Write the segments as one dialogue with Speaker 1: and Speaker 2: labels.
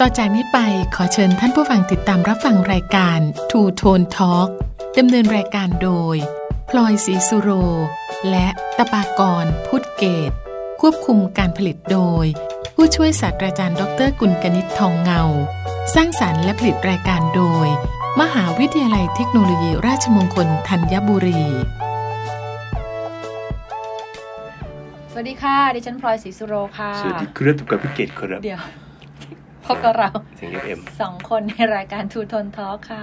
Speaker 1: ต่อจากนี้ไปขอเชิญท่านผู้ฟังติดตามรับฟังรายการ Two Tone Talk ดำเนินรายการโดย พลอยศรีสุโร และตะปากรพุทธเกต ควบคุมการผลิตโดย ผู้ช่วยศาสตราจารย์ดรกุลกนิษฐ์ทองเงา สร้างสารรค์และผลิตรายการโดย มหาวิทยาลัยเทคโนโลยีราชมงคลธัญบุรี
Speaker 2: สวัสดีค่ะ ดิฉันพลอยศรีสุโรค่ะ
Speaker 3: สวัสดีครับทุกกับพี่เกตครับ
Speaker 2: เดี๋ยว พบกับเรา
Speaker 3: เสียงเอฟเอ็ม
Speaker 2: สองคนในรายการทูทนทอค่ะ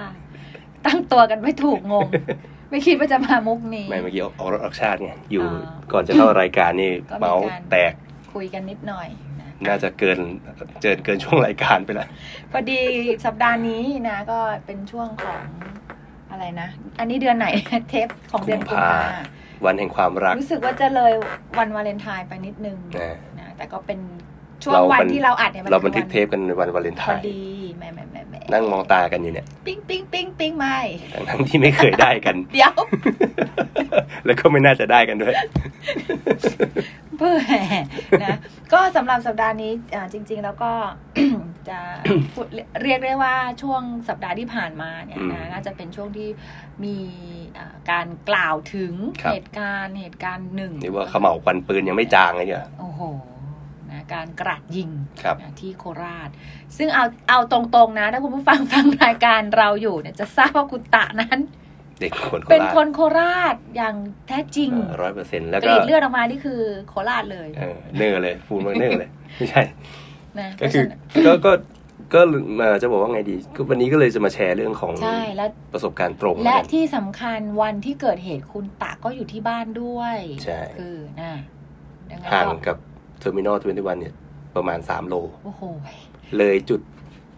Speaker 2: ตั้งตัวกันไม่ถูก งง ไม่คิดว่าจะมามุกนี้
Speaker 3: ไม่เมื่อกี้ออกรถออกชาติไงอยู่
Speaker 2: อ๋อ
Speaker 3: ก่อนจะเข้ารายการนี่
Speaker 2: ก็มี
Speaker 3: เมาส์
Speaker 2: การ
Speaker 3: แตก
Speaker 2: คุยกันนิดหน่อยนะ
Speaker 3: น่าจะเกินเจินเกินช่วงรายการไปละ
Speaker 2: พอดีสัปดาห์นี้นะ ก็เป็นช่วงของอะไรนะ อันนี้เดือนไหน เทปของเดือนกุมภา
Speaker 3: วันแห่งความรัก
Speaker 2: รู้สึกว่าจะเลยวันวาเลนไทน์ไปนิดนึง
Speaker 3: อ่าน
Speaker 2: นะแต่ก็เป็นช่วง
Speaker 3: เรา
Speaker 2: วัน
Speaker 3: บัน
Speaker 2: ที่เราอัดเนี่ยมัน
Speaker 3: เราบันทึก
Speaker 2: คือวั
Speaker 3: เทปกันในวันวาเลนไท
Speaker 2: พอ
Speaker 3: น์
Speaker 2: ดีแหม่แหม่แหม่แหม่
Speaker 3: นั่งมองตากันอยู่เนี่ย
Speaker 2: ปิ๊งปิ๊งปิ๊งปิ๊งไม่
Speaker 3: ทั้งๆที่ไม่เคยได้กัน
Speaker 2: เดี๋ยว
Speaker 3: แล้วก็ไม่น่าจะได้กันด้วย
Speaker 2: เพื่อแห่นะ ก็สำหรับสัปดาห์นี้อ่าจริง ๆ แล้วก็ จะ พูดเรียกได้ว่าช่วงสัปดาห์ที่ผ่านมาเนี่ย
Speaker 3: อื
Speaker 2: นะ
Speaker 3: ม
Speaker 2: น่าจะเป็นช่วงที่มีอ่าการกล่าวถึง
Speaker 3: ครับ
Speaker 2: เหตุการณ์เหตุการณ์หนึ่ง
Speaker 3: นี่ว่าเขม่าวควันปืนยังไม่จางเลยเนี่ย
Speaker 2: โอ้โหนะการกราดยิง
Speaker 3: ครับ
Speaker 2: นะที่โคราช ซึ่งเอาเอาตรงๆนะ ถ้าคุณผู้ฟังฟังรายการเราอยู่เนี่ยจะทราบว่าคุณตะนั้น
Speaker 3: เด็กคนโค
Speaker 2: เป็น
Speaker 3: ราช
Speaker 2: คนโคราชอย่างแท้จริง
Speaker 3: ร้อยเปอร์เซ็นต์แล้ว
Speaker 2: ก
Speaker 3: ก็
Speaker 2: รีดเลือดออกมานี่คือโคราชเลย
Speaker 3: เออเนอร์เลยฟูลมาเนอร์เลยไม่ใช่
Speaker 2: นะ
Speaker 3: ก็คือก็ก็ก็เอ่อจะบอกว่าไงดีก็วันนี้ก็เลยจะมาแชร์เรื่องของ
Speaker 2: ใช่แล้ว
Speaker 3: ประสบการณ์ตรง
Speaker 2: และ
Speaker 3: กัน
Speaker 2: ที่สำคัญวันที่เกิดเหตุคุณตะก็อยู่ที่บ้านด้วย
Speaker 3: ใช่
Speaker 2: เออนะดังนั้น
Speaker 3: ห่าง
Speaker 2: ก็
Speaker 3: กับเทอร์มินอลทเวนตี้วันเนี่ยประมาณ 3 โล
Speaker 2: โอ้โห
Speaker 3: เลยจุด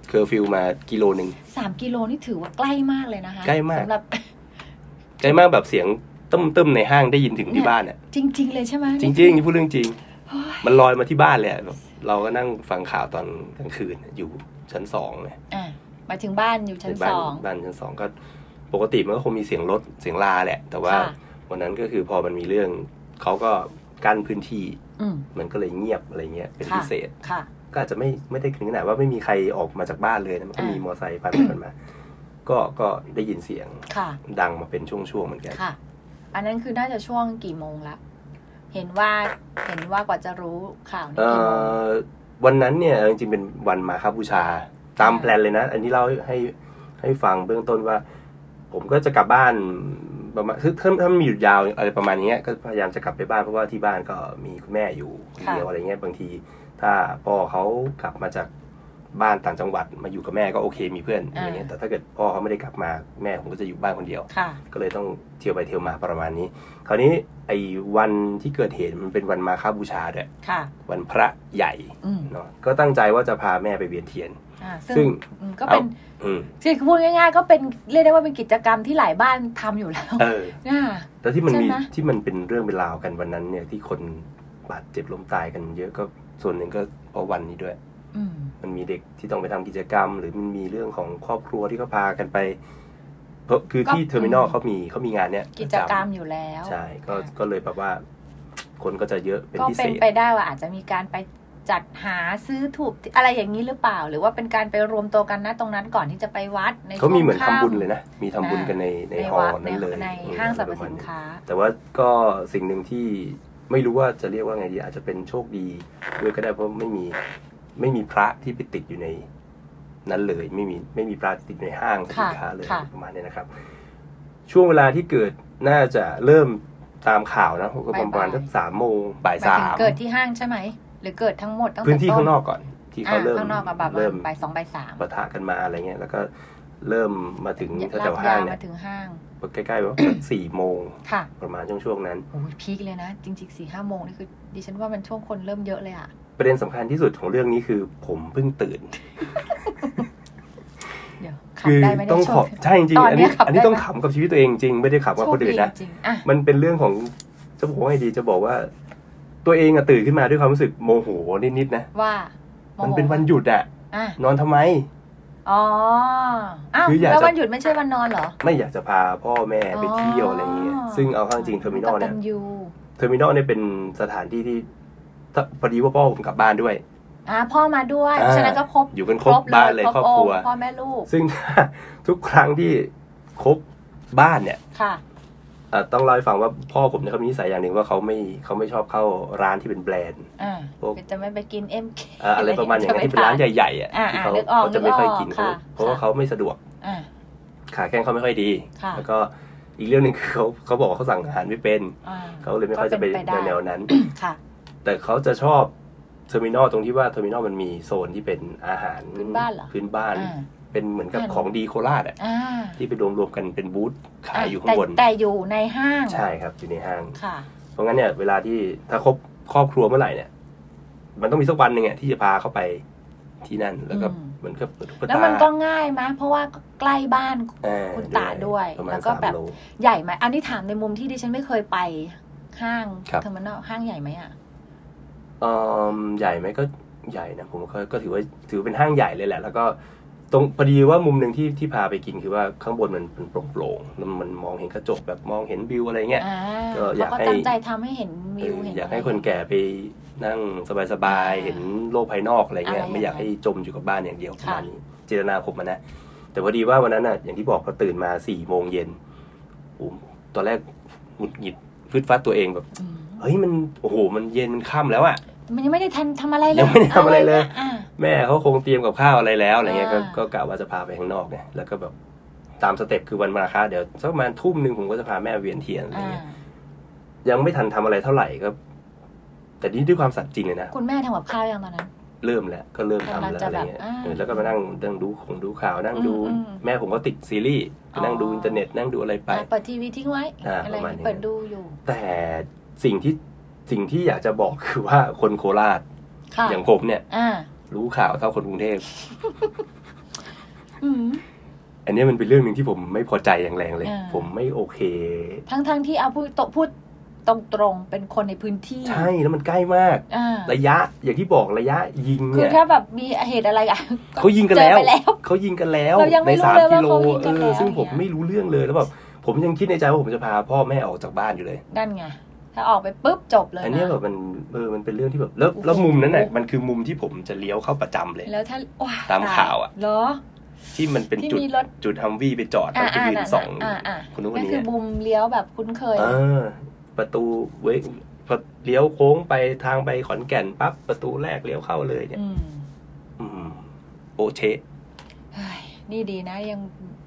Speaker 3: เคอร์ฟิวมากิโลหนึ่ง
Speaker 2: สามกิโลนี่ถือว่าใกล้มากเลยนะคะ
Speaker 3: ใกล้มาก
Speaker 2: สำหรับ
Speaker 3: ใกล้มากแบบเสียงตึ้มตึ้มๆในห้างได้ยินถึงที่
Speaker 2: เนี่ย
Speaker 3: บ้านอ่ะ
Speaker 2: จริง ๆ เลยใช่ไหม
Speaker 3: จริงๆนี่พูดเรื่องจริง
Speaker 2: โอ้ย
Speaker 3: มันลอยมาที่บ้านเลยอะแบบเราก็นั่งฟังข่าวตอนกลางคืนอยู่ชั้นสองเลย
Speaker 2: อ่ะมาถึงบ้านอยู่ชั้นส
Speaker 3: บ้าน
Speaker 2: อง
Speaker 3: บ้านชั้นสองก็ปกติมันก็คงมีเสียงรถเสียงลาแหละ แต่ว่า
Speaker 2: ค่ะ
Speaker 3: วันนั้นก็คือพอมันมีเรื่องเขาก็กั้นพื้นที่
Speaker 2: อืม
Speaker 3: มันก็เลยเงียบอะไรเงี้ยเป็นพิเศษ
Speaker 2: ค่ะ
Speaker 3: ก็อาจจะไม่ไม่ได้ถึงขนาดว่าไม่มีใครออกมาจากบ้านเลยนะมันก็
Speaker 2: อ่ามี
Speaker 3: มีมอเตอร์ไซค์ผ่านไปผ่านมา ก็ก็ได้ยินเสียง
Speaker 2: ค่ะ
Speaker 3: ดังมาเป็นช่วงๆเหมือนกัน
Speaker 2: ค่ะ อันนั้นคือน่าจะช่วงกี่โมงละเห็นว่าเห็นว่ากว่าจะรู้ข่าว
Speaker 3: เอ่
Speaker 2: นี่กี่โมง
Speaker 3: อวันนั้นเนี่ยจริงๆเป็นวันมาคบูชา ตามแพลนเลยนะ อันนี้เล่าให้ให้ฟังเบื้องต้นว่า ผมก็จะกลับบ้านประมาณคือถ้าถ้ามันมีหยุดยาวอะไรประมาณเนี้ยก็พยายามจะกลับไปบ้านเพราะว่าที่บ้านก็มีคุณแม่อยู่คนเดียวอะไรเงี้ยบางที ถ้าพ่อเขากลับมาจากบ้านต่างจังหวัดมาอยู่กับแม่ก็โอเคมีเพื่อนอะไรเงี้ยแต่ถ้าเกิดพ่อเขาไม่ได้กลับมาแม่ผมก็จะอยู่บ้านคนเดียว
Speaker 2: ค่ะ
Speaker 3: ก็เลยต้องเที่ยวไปเที่ยวมาประมาณนี้ คราวนี้ไอ้วันที่เกิดเหตุมันเป็นวันมาคบูชาด้วย
Speaker 2: ค่ะ
Speaker 3: วันพระใหญ่
Speaker 2: อืม
Speaker 3: เนาะก็ตั้งใจว่าจะพาแม่ไปเวียนเทียน
Speaker 2: อ่า
Speaker 3: ซึ่
Speaker 2: ซึ่
Speaker 3: ง
Speaker 2: งอืมก็เป็น
Speaker 3: อืม
Speaker 2: คือพูดง่ายๆก็เป็นเรียกได้ว่าเป็นกิจกรรมที่หลายบ้านทำอยู่แล้ว
Speaker 3: เออ
Speaker 2: น่า
Speaker 3: แต่ที่มันมี
Speaker 2: ใช่ไหม
Speaker 3: ที่มันเป็นเรื่องเป็นราวกันวันนั้นเนี่ยที่คนบาดเจ็บล้มตายกันเยอะก็ส่วนหนึ่งก็เพราะวันนี้ด้วย
Speaker 2: อืม
Speaker 3: มันมีเด็กที่ต้องไปทำกิจกรรม หรือมันมีเรื่องของครอบครัวที่เขาพากันไปเพราะคือที่
Speaker 2: ก็
Speaker 3: เทอร์มินอลเขามีเขามีงานเนี้ย
Speaker 2: กิจกรรม
Speaker 3: ปะ
Speaker 2: อยู่แล้ว
Speaker 3: จำใช่ก็ก็เลยแบบว่า คนก็จะเยอะเป็น
Speaker 2: ก็
Speaker 3: พิ
Speaker 2: เป็
Speaker 3: เศ
Speaker 2: น
Speaker 3: ษ
Speaker 2: ไปได้ว่าอาจจะมีการไปจัดหาซื้อถูกอะไรอย่างนี้หรือเปล่า หรือว่าเป็นการไปรวมตัวกันนะตรงนั้นก่อนที่จะไปวัดใน
Speaker 3: เขามีเหมือน
Speaker 2: ช่ว
Speaker 3: ทำ
Speaker 2: งค่ำ
Speaker 3: บุญเลยนะ มีทำบุญกันในใน
Speaker 2: ใน
Speaker 3: ฮอล
Speaker 2: วัด
Speaker 3: ล์
Speaker 2: ใน
Speaker 3: นั้นเลย
Speaker 2: ใน
Speaker 3: อืม
Speaker 2: ห้างสรรพ
Speaker 3: ปะม
Speaker 2: สิ
Speaker 3: ณ
Speaker 2: นค้า
Speaker 3: แต่ว่าก็สิ่งหนึ่งที่ไม่รู้ว่าจะเรียกว่าไงดีอาจจะเป็นโชคดีด้วยก็ได้เพราะไม่มีไม่มีพระที่ไปติดอยู่ในนั้นเลย ไม่มีไม่มีพระติดในห้างสินค้าเลย
Speaker 2: ค่ะ
Speaker 3: ประมาณนี้นะครับ ช่วงเวลาที่เกิดน่าจะเริ่มตามข่าวนะก็ประมาณสักสามโมงบ่าย
Speaker 2: หมาย
Speaker 3: สา
Speaker 2: ถึง
Speaker 3: ม
Speaker 2: เกิดที่ห้างใช่ไหม หรือเกิดทั้งหมดตั้งแต่
Speaker 3: พื้นที่
Speaker 2: ต้
Speaker 3: ข้างนอกก่อน ที่เขา
Speaker 2: อ่ะ
Speaker 3: เริ่ม
Speaker 2: ข้างนอกมาแบบ
Speaker 3: เริ่ม
Speaker 2: ใบายสองใบายสาม
Speaker 3: ปะทะกันมาอะไรเงี้ยแล้วก็เริ่มมาถึง
Speaker 2: ลา
Speaker 3: แถ
Speaker 2: ด
Speaker 3: วๆห้าย
Speaker 2: าง ว
Speaker 3: เนี่
Speaker 2: มาย ถึงห้าง
Speaker 3: ใกล้ๆว่าสี่โมง
Speaker 2: ค่ะ
Speaker 3: ประมาณช่วงช่วงๆนั้น
Speaker 2: โอ้ยพีคเลยนะ จริงๆสี่ห้าโมงนี่คือดิฉันว่ามันช่วงคนเริ่มเยอะเลยอะ
Speaker 3: ประเด็นสำคัญที่สุดของเรื่องนี้คือผมเพิ่งตื่น
Speaker 2: เดี๋ยวขับ
Speaker 3: คือ
Speaker 2: ได้ไหมเนี่
Speaker 3: ต้อง
Speaker 2: ยช
Speaker 3: ขอบ บใช่จริง
Speaker 2: ต
Speaker 3: ๆ
Speaker 2: อน
Speaker 3: อัน
Speaker 2: เนี้
Speaker 3: นี้
Speaker 2: ยขับ
Speaker 3: อันนี้
Speaker 2: ได้ไหม
Speaker 3: ต้องขำกับชีวิตตัวเองจริงไม่ได้ขำกับ
Speaker 2: โช
Speaker 3: ค
Speaker 2: คน ดี
Speaker 3: อื่นนะ
Speaker 2: จริงๆอ่ะ
Speaker 3: มันเป็นเรื่องของจะบอกว่าไงดีจะบอกว่า ตัวเองอะตื่นขึ้นมาด้วยความรู้สึกโมโหนิดๆนะ
Speaker 2: ว่า
Speaker 3: มั
Speaker 2: มัน
Speaker 3: เป็นวันหยุดอะ
Speaker 2: อ่ะ
Speaker 3: นอนทำไม
Speaker 2: อ๋ออ้าว
Speaker 3: คืออยากจะ
Speaker 2: แล้ววันหยุดไม่ใช่วันนอนเหรอ
Speaker 3: ไม่อยากจะพาพ่อแม่ไปเที่ยว
Speaker 2: อ๋ออ
Speaker 3: อะไรอย่างเงี้ยซึ่งเอาเข้างจริงเทอร์มินอ
Speaker 2: ก
Speaker 3: ล
Speaker 2: ตั
Speaker 3: เนี่ย
Speaker 2: นยู
Speaker 3: เทอร์มินอลเนี่ยเป็นสถานที่ที่ถ้าพอดีว่าพ่อผมกลับบ้านด้วย
Speaker 2: อ่าพ่อมาด้วย
Speaker 3: อ่า
Speaker 2: เพราะฉะนั้นก็ครบ
Speaker 3: อยู่กันครบบ้านเลยครอบครัว
Speaker 2: งพ่อแม่ลูก
Speaker 3: ซึ่ง ทุกครั้งที่คบบ้านเนี่ย
Speaker 2: ค่ะ
Speaker 3: เอ่อต้องเล่าให้ฟังว่าพ่อผมเนี่ยเขามีนิสัยอย่างหนึ่งว่าเขาไม่เขาไม่ชอบเข้าร้านที่เป็นแบรนด์
Speaker 2: อ่า
Speaker 3: ครบ
Speaker 2: จะไม่ไปกินเอ็มเค
Speaker 3: เอ่ออะไรประมาณอย่างนั้นที่เป็นร้านใหญ่ๆอ่ะ
Speaker 2: อ่า
Speaker 3: ที่
Speaker 2: อ่า
Speaker 3: เขา
Speaker 2: นึกออก
Speaker 3: เขาจะไม่ค่อยกิน
Speaker 2: นึกออก
Speaker 3: เขาเพราะว่า
Speaker 2: ค่ะ
Speaker 3: เขาไม่สะดวก
Speaker 2: อ่า
Speaker 3: ขาแข้งเขาไม่ค่อยดี
Speaker 2: ค่ะ
Speaker 3: แล้วก็อีกเรื่องหนึ่งคือเขาเขาบอกว่าเขาสั่งอาหารไม่เป็น
Speaker 2: อ่า
Speaker 3: เขาเลยไม่ค่อยจะไป
Speaker 2: ก็เป็นไปได้
Speaker 3: แนวๆนั้น
Speaker 2: ค่ะ
Speaker 3: แต่เขาจะชอบเทอร์มินอลตรงที่ว่าเทอร์มินอลมันมีโซนที่เป็นอาหาร
Speaker 2: พื้นบ้านเหรอ
Speaker 3: พื้นบ้าน
Speaker 2: อ่า
Speaker 3: เป็นเหมือนกับ
Speaker 2: อ่า
Speaker 3: ของดีโคราชอ่ะ
Speaker 2: อ่า
Speaker 3: ที่ไปรวมๆกันเป็นบูธขายอยู่ข้างบน
Speaker 2: แต่แต่อยู่ในห้าง
Speaker 3: ใช่ครับอยู่ในห้าง
Speaker 2: ค่ะ
Speaker 3: เพราะงั้นเนี่ยเวลาที่ถ้าครบครอบครัวเมื่อไหร่เนี่ย มันต้องมีสักวันหนึ่งอ่ะที่จะพาเขาไปที่นั่นแล้วก็
Speaker 2: อืม
Speaker 3: เหมือนกับตุ๊กตา
Speaker 2: แล้วมันก็ง่ายมั้ยเพราะว่าก็ใกล้บ้าน
Speaker 3: อ่
Speaker 2: คุณตาด้วย
Speaker 3: ประมาณ
Speaker 2: แล้วก็
Speaker 3: สาม
Speaker 2: แบบ
Speaker 3: โล
Speaker 2: ใหญ่ไหมอันนี้ถามในมุมที่ดิฉันไม่เคยไปห้าง
Speaker 3: ครับ
Speaker 2: เทอร์มินอลห้างใหญ่ไหมอ่ะ
Speaker 3: เอิ่มใหญ่ไหมก็ใหญ่นะผมก็ก็ถือว่าถือเป็นห้างใหญ่เลยแหละ แล้วก็ตรงพอดีว่ามุมหนึ่งที่ที่พาไปกินคือว่าข้างบนมันเป็นโปร่งๆแล้วมันมองเห็นกระจกแบบมองเห็นวิวอะไรเงี้ย
Speaker 2: อ่า
Speaker 3: ก็
Speaker 2: เขา
Speaker 3: อยาก
Speaker 2: ก็
Speaker 3: ให้
Speaker 2: ตั้งใจทำให้เห็นวิว
Speaker 3: เออ
Speaker 2: เห็
Speaker 3: อยา
Speaker 2: นะ
Speaker 3: ก
Speaker 2: ไร
Speaker 3: ให้คนแก่ไปนั่งสบายๆ
Speaker 2: อ่า
Speaker 3: เห็นโลกภายนอกอะไรเงี้ย
Speaker 2: อะไร
Speaker 3: ไม่อยากให้จมอยู่กับบ้านอย่างเดียวประ
Speaker 2: ค่ะ
Speaker 3: มาณนี้เจตนาผมอะนะ แต่พอดีว่าวันนั้นอ่ะอย่างที่บอกพอตื่นมาสี่โมงเย็นผมตอนแรกหงุดหงิดฟึดฟัดตัวเองแบบ
Speaker 2: อืม
Speaker 3: เฮ้ยมันโอ้โหมันเย็นมันค่ำแล้วอ่ะ
Speaker 2: มันยังไม่ได้ทันทำอะไรเลย
Speaker 3: ยังไม่ได้ทำอะไรเลย
Speaker 2: อ่า
Speaker 3: แม่เขาคงเตรียมกับข้าวอะไรแล้วอะไรเงี้ยก็
Speaker 2: อ่า
Speaker 3: ก็กะว่าจะพาไปข้างนอกเนี่ยแล้วก็แบบตามสเต็ปคือวันมาคาเดี๋ยวสักประมาณทุ่มหนึ่งผมก็จะพาแม่เวียนเทียนอะไร
Speaker 2: อ่า
Speaker 3: เงี้ยยังไม่ทันทำอะไรเท่าไหร่ก็ แต่นี่ด้วยความสัตย์จริงเลยนะ
Speaker 2: คุณแม่ทำกับข้าวยังตอนนั้น
Speaker 3: เริ่มแล้วก็เริ่มทำแล้ว
Speaker 2: กำลังจะ
Speaker 3: อะไรเงี้ย
Speaker 2: แบบอ่า
Speaker 3: เออแล้วก็มานั่งนั่งดูของดูข่าวนั่งดู
Speaker 2: อืมอืม
Speaker 3: แม่ผมก็ติดซีรีส์
Speaker 2: อ๋อ
Speaker 3: นั่งดูอินเทอร์เน็ตนั่งดูอะไรไป
Speaker 2: อ่าเปิดทีวีทิ้งไว้
Speaker 3: อ่า
Speaker 2: อะไร
Speaker 3: ประมาณนี้
Speaker 2: เปิดดูอยู่
Speaker 3: แต่สิ่งที่สิ่งที่อยากจะบอกคือว่าคนโคราช
Speaker 2: ค่ะ
Speaker 3: อย่างผมเนี่ย
Speaker 2: อ่า
Speaker 3: รู้ข่าวเท่าคนกรุงเทพ
Speaker 2: อืม
Speaker 3: อันเนี้ยมันเป็นเรื่องหนึ่งที่ผมไม่พอใจอย่างแรงเลย
Speaker 2: อ่า
Speaker 3: ผมไม่โอเค
Speaker 2: ทั้งทั้งที่เอาพูดตพูดตรงๆเป็นคนในพื้นที่
Speaker 3: ใช่แล้วมันใกล้มาก
Speaker 2: อ่า
Speaker 3: ระยะอย่างที่บอกระยะยิง
Speaker 2: คือ
Speaker 3: เนี่ย
Speaker 2: ถ้าแบบมีเหตุอะไรอะ
Speaker 3: เขายิง กันแล้ว
Speaker 2: เจอไปแล้ว
Speaker 3: เขายิงกันแล้ว
Speaker 2: เรายังไม่
Speaker 3: ใน
Speaker 2: รู้
Speaker 3: สาม
Speaker 2: เลย
Speaker 3: กิ
Speaker 2: ว่า
Speaker 3: โล
Speaker 2: เขายิงกัน
Speaker 3: เอ
Speaker 2: แล้ว
Speaker 3: อซึ่งผม
Speaker 2: เนี่ย
Speaker 3: ไม่รู้เรื่องเลยแล้วแบบผมยังคิดในใจว่าผมจะพาพ่อแม่ออกจากบ้านอยู่เลย
Speaker 2: นั่นไงถ้าออกไปปุ๊บจบเลย
Speaker 3: อันเนี้ย
Speaker 2: นะ
Speaker 3: แบบมันเออมันเป็นเรื่องที่แบบแล้วแล้ว
Speaker 2: โอ้โห
Speaker 3: มุมนั้นน่ะมันคือมุมที่ผมจะเลี้ยวเข้าประจำเลย
Speaker 2: แล้วถ้าว้ย
Speaker 3: ตามข่าวอะ
Speaker 2: เหรอ
Speaker 3: ที่มันเป็น
Speaker 2: ที่
Speaker 3: จุด
Speaker 2: มีรถ
Speaker 3: จุดฮัมวี่ไปจอดแล้วก็ยืน
Speaker 2: น่ะ
Speaker 3: สอง
Speaker 2: อ่าอ่า
Speaker 3: คนนู้นคน
Speaker 2: นั่น
Speaker 3: นี้
Speaker 2: คือบุมเลี้ยวแบบคุ้นเคย
Speaker 3: เออประตูเว้ยพอเลี้ยวโค้งไปทางไปขอนแก่นปั๊บประตูแรกเลี้ยวเข้าเลยเนี่ย
Speaker 2: อืม
Speaker 3: อืมโอเชะ
Speaker 2: เฮ้ยนี่ดีนะยัง